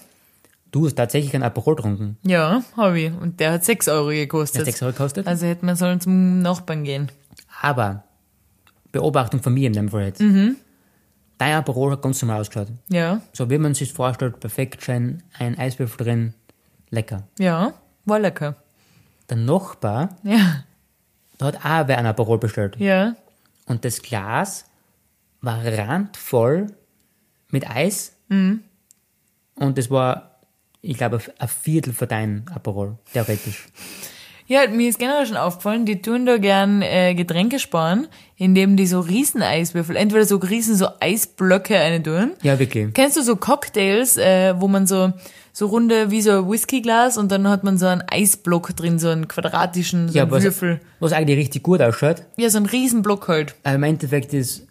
S3: Du hast tatsächlich einen Aperol getrunken.
S4: Ja, hab ich. Und der hat 6 Euro
S3: Der hat
S4: gekostet.
S3: 6 Euro gekostet.
S4: Also hätte man sollen zum Nachbarn gehen.
S3: Aber, Beobachtung von mir in dem Fall jetzt.
S4: Mhm.
S3: Dein Aperol hat ganz normal ausgeschaut.
S4: Ja.
S3: So wie man sich vorstellt, perfekt schön, ein Eiswürfel drin, lecker.
S4: Ja. War lecker.
S3: Der Nachbar,
S4: Ja.
S3: da hat auch wer einen Aperol bestellt.
S4: Ja.
S3: Und das Glas war randvoll mit Eis.
S4: Mhm.
S3: Und es war, ich glaube, ein Viertel von deinem Aperol, theoretisch.
S4: Ja, mir ist generell schon aufgefallen, die tun da gern äh, Getränke sparen, indem die so Rieseneiswürfel, entweder so riesen so Eisblöcke eine tun.
S3: Ja, wirklich.
S4: Kennst du so Cocktails, äh, wo man so so runde wie so ein Whiskyglas und dann hat man so einen Eisblock drin, so einen quadratischen so
S3: Ja,
S4: einen
S3: was,
S4: Würfel.
S3: was eigentlich richtig gut ausschaut,
S4: Ja, so einen Riesenblock halt.
S3: aber im Endeffekt ist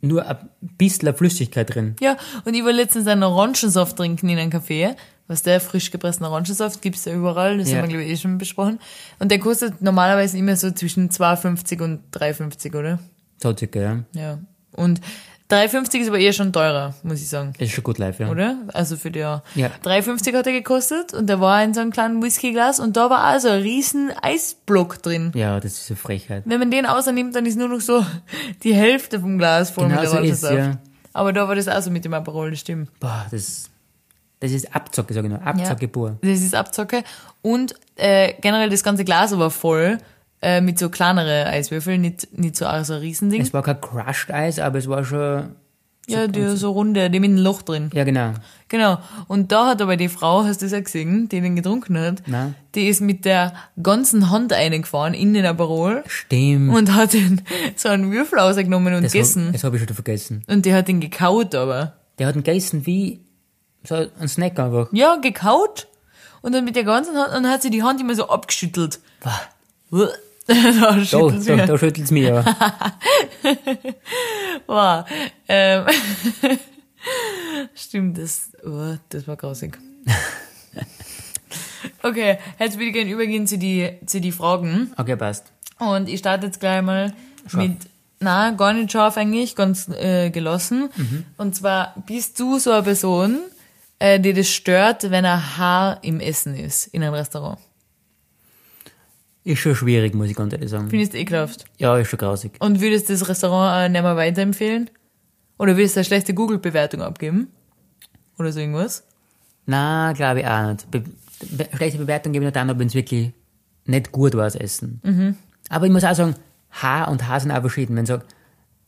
S3: nur ein bisschen Flüssigkeit drin.
S4: Ja, und ich war letztens einen Orangensaft trinken in einem Café. Was der frisch gepressten Orangensaft gibt's ja überall, das
S3: Ja.
S4: haben wir glaube ich eh schon besprochen. Und der kostet normalerweise immer so zwischen 2,50 und 3,50, oder?
S3: So circa, ja.
S4: Ja. Und 3,50 ist aber eher schon teurer, muss ich sagen.
S3: Ist schon gut live, ja.
S4: Oder? Also für die ja.
S3: Ja.
S4: 3,50 hat er gekostet und da war in so einem kleinen Whiskyglas und da war also ein riesen Eisblock drin.
S3: Ja, das ist eine Frechheit.
S4: Wenn man den außernimmt, dann ist nur noch so die Hälfte vom Glas voll
S3: Genau
S4: mit
S3: so ist,
S4: Orangensaft.
S3: ja.
S4: Aber da war das auch so mit dem Aperol, das stimmt.
S3: Boah, das, das ist Abzocke, sag ich nur. Abzocke pur.
S4: Das ist Abzocke. Und äh, generell das ganze Glas war voll äh, mit so kleinere Eiswürfeln, nicht, nicht so, so ein Riesending.
S3: Es war kein Crushed Eis, aber es war schon.
S4: Ja, die so runde, die mit einem Loch drin.
S3: Ja, genau.
S4: Genau. Und da hat aber die Frau, hast du das auch gesehen, die den getrunken hat,
S3: Nein.
S4: die ist mit der ganzen Hand eingefahren in den Aperol
S3: Stimmt.
S4: und hat den, so einen Würfel rausgenommen und
S3: Das
S4: gegessen.
S3: habe hab ich schon wieder vergessen.
S4: Und die hat den gekaut aber.
S3: Der hat ihn gegessen wie so ein Snack einfach.
S4: Ja, gekaut. Und dann mit der ganzen Hand, und dann hat sie die Hand immer so abgeschüttelt. (laughs) Uah. da
S3: Da,
S4: schüttelt's
S3: da,
S4: mir.
S3: da schüttelt's mir ja.
S4: (laughs) Wow. Ähm. (laughs) Stimmt, das, oh, das
S3: (laughs)
S4: war grausig. Okay, jetzt würde ich gerne übergehen zu die, zu die Fragen.
S3: Okay, passt.
S4: Und ich starte jetzt gleich mal
S3: Scharf.
S4: mit, na, gar nicht scharf eigentlich, ganz äh, gelassen. Und zwar, bist du so eine Person, äh, die das stört, wenn ein Haar im Essen ist, in einem Restaurant?
S3: Ist schon schwierig, muss ich ganz ehrlich sagen.
S4: Findest du ekelhaft?
S3: Ja, ist schon grausig.
S4: Und würdest du das Restaurant äh, nicht mehr weiterempfehlen? Oder würdest du eine schlechte Google-Bewertung abgeben? Oder so irgendwas?
S3: Na, glaube ich auch nicht. Be be schlechte Bewertung gebe ich nur dann, ob es wirklich nicht gut war, das Essen.
S4: Mhm.
S3: Aber ich muss auch sagen, Haar und Haar sind auch verschieden. Wenn ich sage,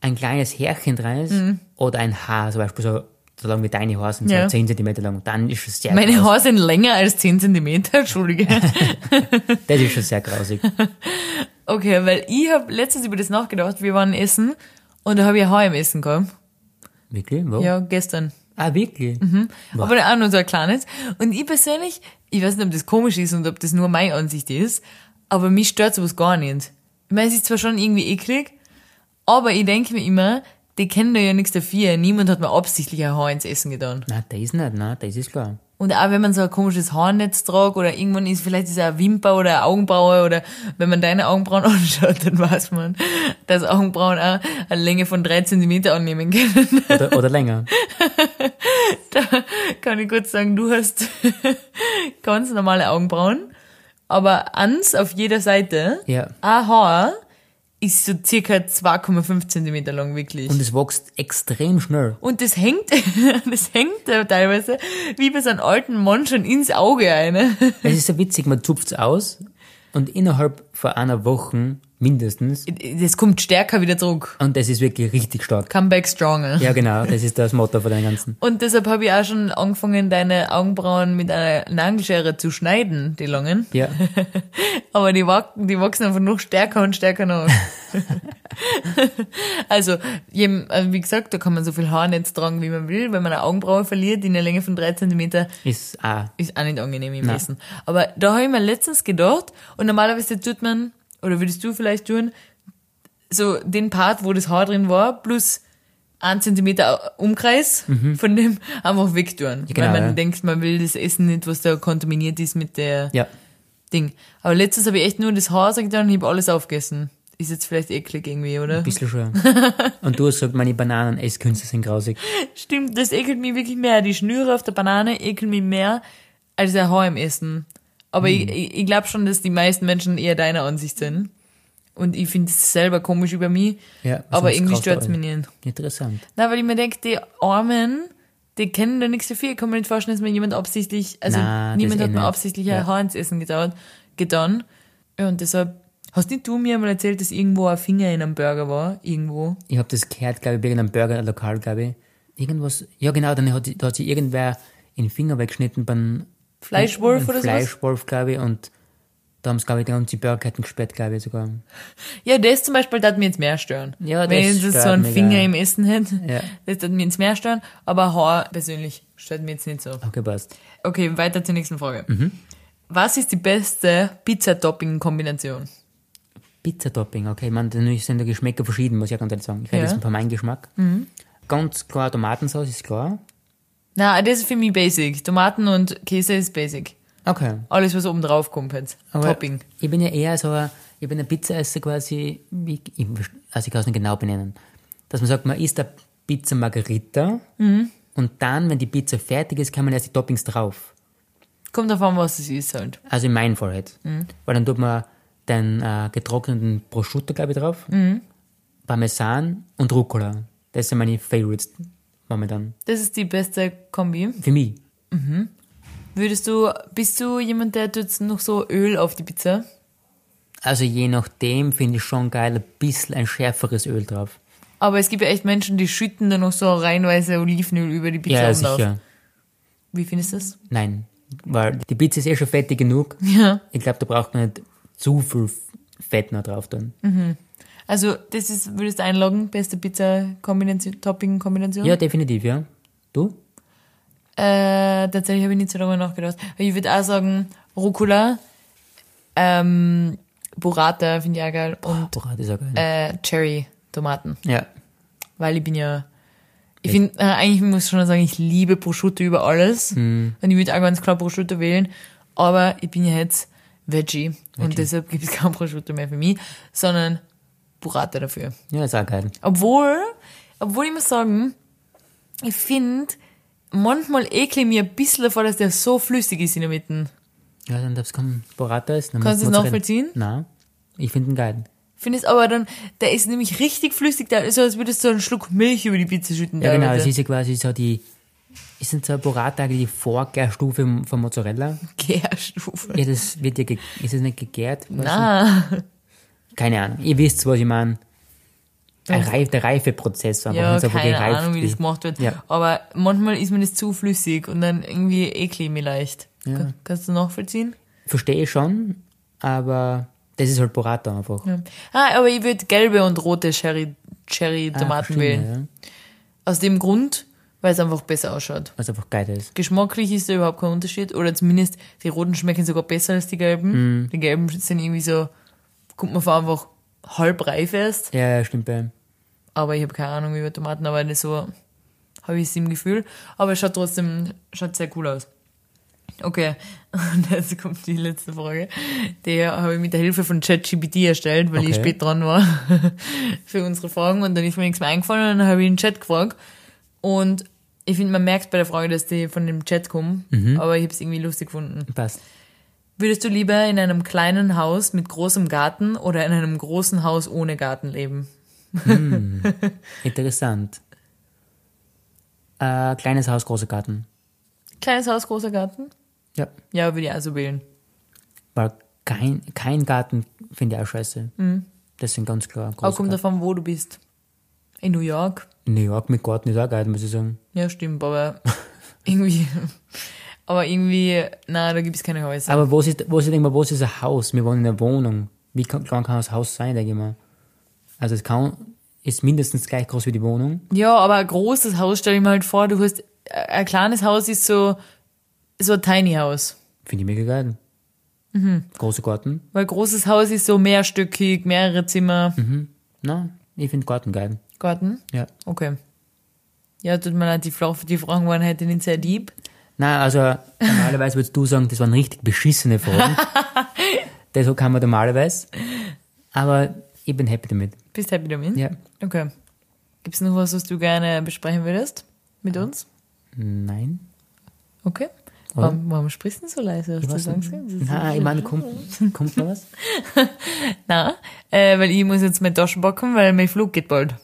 S3: ein kleines Härchen dran ist oder ein Haar, zum Beispiel so, so lang wie deine Haare sind,
S4: Mhm. Ja.
S3: so 10 cm lang, dann ist es sehr
S4: Meine
S3: grausig.
S4: Haare sind länger als 10 Zentimeter, (laughs) entschuldige.
S3: Das ist schon sehr
S4: (laughs)
S3: grausig.
S4: Okay, weil ich habe letztens über das nachgedacht, wir waren essen und da habe ich ein Haar im Essen gehabt.
S3: Wirklich? Wo?
S4: Ja, Mhm. gestern.
S3: Ah, wirklich?
S4: Aber dann auch nur so ein kleines. Und ich persönlich, ich weiß nicht, ob das komisch ist und ob das nur meine Ansicht ist, aber mich stört sowas gar nicht. Ich meine, es ist zwar schon irgendwie eklig, aber ich denke mir immer, die kennen da ja nichts dafür. Niemand hat mir absichtlich ein Haar ins Essen getan.
S3: Nein, das ist nicht, nein, das ist klar.
S4: Und auch wenn man so ein komisches Haarnetz tragt oder irgendwann ist, vielleicht ist es eine Wimper oder eine Augenbraue oder wenn man deine Augenbrauen (laughs) anschaut, dann weiß man, dass Augenbrauen auch eine Länge von drei Zentimeter annehmen können.
S3: Oder, oder
S4: (laughs)
S3: länger.
S4: Da kann ich kurz sagen, du hast (laughs) ganz normale Augenbrauen, aber ans auf jeder Seite,
S3: Ja.
S4: ein Haar ist so circa 2,5 Zentimeter lang, wirklich.
S3: Und es wächst extrem schnell.
S4: Und das hängt, (laughs) das hängt da teilweise wie bei so einem alten Mann schon ins Auge ein.
S3: Es ist so witzig, man zupft es aus und innerhalb von einer Woche mindestens.
S4: (laughs) Das kommt stärker wieder zurück.
S3: Und das ist wirklich richtig stark.
S4: Come back stronger.
S3: Ja, genau, das ist das Motto von dem Ganzen.
S4: Und deshalb habe ich auch schon angefangen, deine Augenbrauen mit einer Nagelschere zu schneiden, die langen. (laughs)
S3: Ja,
S4: Aber die, wa- die wachsen einfach noch stärker und
S3: (laughs)
S4: stärker nach. also, je, also wie gesagt, da kann man so viel Haarnetz tragen, wie man will. Wenn man eine Augenbraue verliert in der Länge von drei Zentimeter,
S3: ist ah, auch.
S4: ist auch nicht angenehm im
S3: Nein.
S4: Essen. Aber da habe ich mir letztens gedacht, und normalerweise tut man, oder würdest du vielleicht tun, so den Part, wo das Haar drin war, plus ein Zentimeter Umkreis von dem einfach wegtun.
S3: genau,
S4: weil man
S3: Mhm. ja.
S4: denkt, man will das Essen nicht, was da kontaminiert ist mit der
S3: Ja,
S4: Ding. Aber letztens habe ich echt nur das Haar getan und ich habe alles aufgegessen. Ist jetzt vielleicht eklig irgendwie, oder?
S3: ein bisschen schon. ja. Und du hast gesagt, meine Bananen-Esskünste sind grausig.
S4: (laughs) Stimmt, das ekelt mich wirklich mehr. Die Schnüre auf der Banane ekeln mich mehr als der Haar im Essen. Aber
S3: Hm.
S4: ich, ich, ich glaube schon, dass die meisten Menschen eher deiner Ansicht sind. Und ich finde es selber komisch über mich.
S3: Ja, was
S4: aber
S3: muss
S4: irgendwie
S3: drauf
S4: stört es
S3: sein?
S4: mich nicht.
S3: Interessant.
S4: Na, weil ich mir denke, die Armen, die kennen da nichts dafür. Ich kann mir nicht vorstellen, dass mir jemand absichtlich, also
S3: Na, das
S4: niemand
S3: eh
S4: hat mir
S3: nicht.
S4: absichtlich ein
S3: Ja.
S4: Haar ins Essen getan. getan. Ja, und deshalb, hast nicht du mir mal erzählt, dass irgendwo ein Finger in einem Burger war? Irgendwo?
S3: Ich habe das gehört, glaube ich, bei irgendeinem Burger-Lokal, glaube ich. Irgendwas, ja genau, dann hat, da hat sich irgendwer den Finger weggeschnitten beim
S4: Fleischwolf
S3: beim
S4: oder sowas?
S3: Fleischwolf, glaube ich, und da haben sie, glaube ich, die ganze Burgerketten gesperrt, glaube ich, sogar.
S4: Ja, das zum Beispiel darf mir jetzt mehr stören.
S3: Ja,
S4: Wenn
S3: das
S4: ich jetzt
S3: stört
S4: so einen
S3: mich
S4: Finger
S3: auch.
S4: im Essen hätte,
S3: Ja.
S4: das darf mir jetzt mehr stören. Aber Haar persönlich stört mir jetzt nicht so.
S3: Okay, passt.
S4: Okay, weiter zur nächsten Frage.
S3: Mhm.
S4: Was ist die beste Pizza-Topping-Kombination?
S3: Pizza-Topping, okay. Ich meine, natürlich sind die Geschmäcker verschieden, muss ich ja Mhm. ganz ehrlich sagen. Ich rede
S4: Ja.
S3: jetzt von meinem Geschmack. Ganz klar, Tomatensauce ist klar.
S4: Na, das ist für mich basic. Tomaten und Käse ist basic.
S3: Okay.
S4: Alles, was oben drauf kommt jetzt.
S3: Aber
S4: Topping.
S3: Ich bin ja eher so, ein- ich bin ein Pizzaesser quasi, wie, ich, also ich kann es nicht genau benennen. Dass man sagt, man isst eine Pizza Margherita und dann, wenn die Pizza fertig ist, kann man erst die Toppings drauf.
S4: Kommt davon, was es ist halt.
S3: Also in meinem Fall halt. Weil dann tut man den äh, getrockneten Prosciutto, glaube ich, drauf, Parmesan und Rucola. Das sind meine Favorites momentan.
S4: Das ist die beste Kombi.
S3: Für mich.
S4: Würdest du, bist du jemand, der tut noch so Öl auf die Pizza?
S3: Also je nachdem finde ich schon geil, ein bisschen ein schärferes Öl drauf.
S4: Aber es gibt ja echt Menschen, die schütten da noch so reihenweise Olivenöl über die Pizza
S3: Ja,
S4: oben drauf.
S3: sicher.
S4: Wie findest du das? (laughs)
S3: Nein, weil die Pizza ist eh schon fettig genug.
S4: Ja.
S3: Ich glaube, da braucht man nicht zu viel Fett noch drauf tun.
S4: Also, das ist, würdest du einloggen, beste Pizza-Kombination, Topping-Kombination?
S3: Ja, definitiv, ja. Du?
S4: Äh, tatsächlich habe ich nicht so darüber nachgedacht. Aber Ich würde auch sagen, Rucola, ähm, Burrata finde ich auch geil und
S3: Doch, das ist auch geil.
S4: äh, Cherry-Tomaten.
S3: ja.
S4: Weil ich bin ja, ich finde, äh, eigentlich muss ich schon sagen, ich liebe Prosciutto über alles.
S3: Hm.
S4: Und ich würde auch ganz klar Prosciutto wählen. Aber ich bin ja jetzt Veggie. Und deshalb gibt es (laughs) kein Prosciutto mehr für mich, sondern Burrata dafür.
S3: ja, ist auch geil.
S4: Obwohl, obwohl ich muss sagen, ich finde, manchmal ekle ich mir ein bisschen davor, dass der so flüssig ist in der Mitte.
S3: Ja, dann darf es kommen. Burrata ist. dann
S4: Kannst
S3: muss
S4: du
S3: man
S4: das
S3: reden.
S4: nachvollziehen?
S3: Nein, ich finde ihn geil.
S4: Finde es aber dann, der ist nämlich richtig flüssig, der ist so, als würdest du einen Schluck Milch über die Pizza schütten.
S3: Ja, genau,
S4: teilweise.
S3: das
S4: (laughs)
S3: ist ja quasi so die... Ist denn so ein Burrata eigentlich die Vorgärstufe von Mozzarella?
S4: Gärstufe.
S3: Ja, das wird ja... Ge ist es nicht gegärt? Weiß
S4: Ah,
S3: nicht. Keine Ahnung. Ihr wisst, was ich meine. Ein
S4: Ja.
S3: Reif, der Reifeprozess. einfach,
S4: ja,
S3: wenn's einfach
S4: keine
S3: gereift
S4: Ahnung, wie das
S3: ist.
S4: gemacht wird.
S3: Ja.
S4: Aber manchmal ist mir das zu flüssig und dann irgendwie ekle ich mich leicht. Ka- Kannst du nachvollziehen?
S3: Verstehe ich schon, aber das ist halt Burrata einfach.
S4: Ja. Ah, aber ich würde gelbe und rote Cherry,
S3: Ah,
S4: Cherry-Tomaten
S3: verschiedene,
S4: wählen.
S3: ja.
S4: Aus dem Grund, weil es einfach besser ausschaut.
S3: Was einfach geil ist.
S4: Geschmacklich ist da überhaupt kein Unterschied. Oder zumindest die roten schmecken sogar besser als die gelben.
S3: Mhm.
S4: Die gelben sind irgendwie so, kommt man vor, einfach halb reif erst.
S3: Ja, ja, stimmt. ja.
S4: Aber ich habe keine Ahnung über Tomaten, aber das so habe ich es im Gefühl. Aber es schaut trotzdem, schaut sehr cool aus. Okay, (laughs) und jetzt kommt die letzte Frage. Die habe ich mit der Hilfe von ChatGPT erstellt, weil ich
S3: Okay.
S4: spät dran war (laughs) für unsere Fragen und dann ist mir nichts mehr eingefallen und dann habe ich den Chat gefragt. Und ich finde, man merkt bei der Frage, dass die von dem Chat kommen, aber ich habe es irgendwie lustig gefunden.
S3: Passt.
S4: Würdest du lieber in einem kleinen Haus mit großem Garten oder in einem großen Haus ohne Garten leben?
S3: Interessant. Äh, kleines Haus, großer Garten.
S4: Kleines Haus, großer Garten?
S3: Ja.
S4: Ja, würde ich also wählen.
S3: Weil kein, kein Garten finde ich auch scheiße. Deswegen ganz klar.
S4: Auch
S3: großer
S4: Mhm. kommt
S3: Garten.
S4: davon, wo du bist. In New York?
S3: New York mit Garten ist auch geil, muss ich sagen.
S4: Ja, stimmt, aber (laughs) irgendwie. Aber irgendwie, na, da gibt es keine Häuser.
S3: Aber wo ist, wo ist, denk mal, wo ist dieses Haus? Wir wohnen in einer Wohnung. Wie kann, klein kann das Haus sein, denke ich mal? Also es kann, ist mindestens gleich groß wie die Wohnung.
S4: Ja, aber ein großes Haus stell ich mir halt vor, du hast ein kleines Haus ist so so ein Tiny House.
S3: Finde ich mega geil.
S4: Mhm.
S3: Großer Garten.
S4: Weil großes Haus ist so mehrstöckig, mehrere Zimmer.
S3: Na, ich finde Garten geil.
S4: Garten?
S3: Ja.
S4: Okay. Ja, tut mir leid, die, Fla- die Fragen waren heute nicht sehr deep.
S3: Na, also normalerweise würdest du sagen, das waren richtig beschissene
S4: (laughs)
S3: Fragen. das so kann man normalerweise. Aber ich bin happy damit.
S4: Bist happy damit?
S3: Ja.
S4: Okay. Gibt's noch was, was du gerne besprechen würdest mit uns?
S3: Nein.
S4: Okay.
S3: Oder?
S4: Warum, warum sprichst du denn so leise? Hast du
S3: weiß Mhm.
S4: Angst? gehabt?
S3: Na, ich meine, kommt, kommt noch was?
S4: Na, äh, weil ich muss jetzt meine Taschen packen, weil mein Flug geht bald.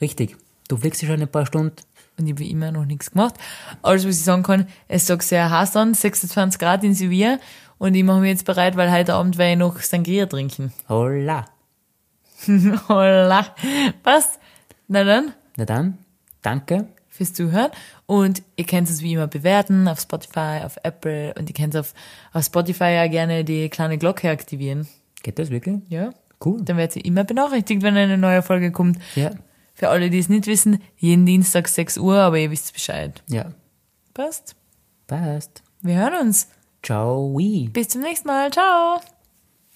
S3: Richtig. Du fliegst ja schon ein paar Stunden.
S4: Und ich habe immer noch nichts gemacht. Alles, was ich sagen kann, es sagt sehr heiß an, 26 Grad in Sevilla. Und ich mache mich jetzt bereit, weil heute Abend werde ich noch Sangria trinken. (laughs)
S3: Hola.
S4: Hola. Passt. Na dann,
S3: Na dann, danke.
S4: fürs Zuhören. Und ihr könnt es wie immer bewerten auf Spotify, auf Apple. Und ihr könnt auf, auf Spotify ja gerne die kleine Glocke aktivieren.
S3: Geht das wirklich?
S4: Ja.
S3: Cool.
S4: Dann werdet ihr immer benachrichtigt, wenn eine neue Folge kommt.
S3: Ja.
S4: Für alle, die es nicht wissen, jeden Dienstag 6 Uhr, aber ihr wisst Bescheid.
S3: Ja.
S4: Passt.
S3: Passt.
S4: Wir hören uns.
S3: Ciao.
S4: Bis zum nächsten Mal. Ciao.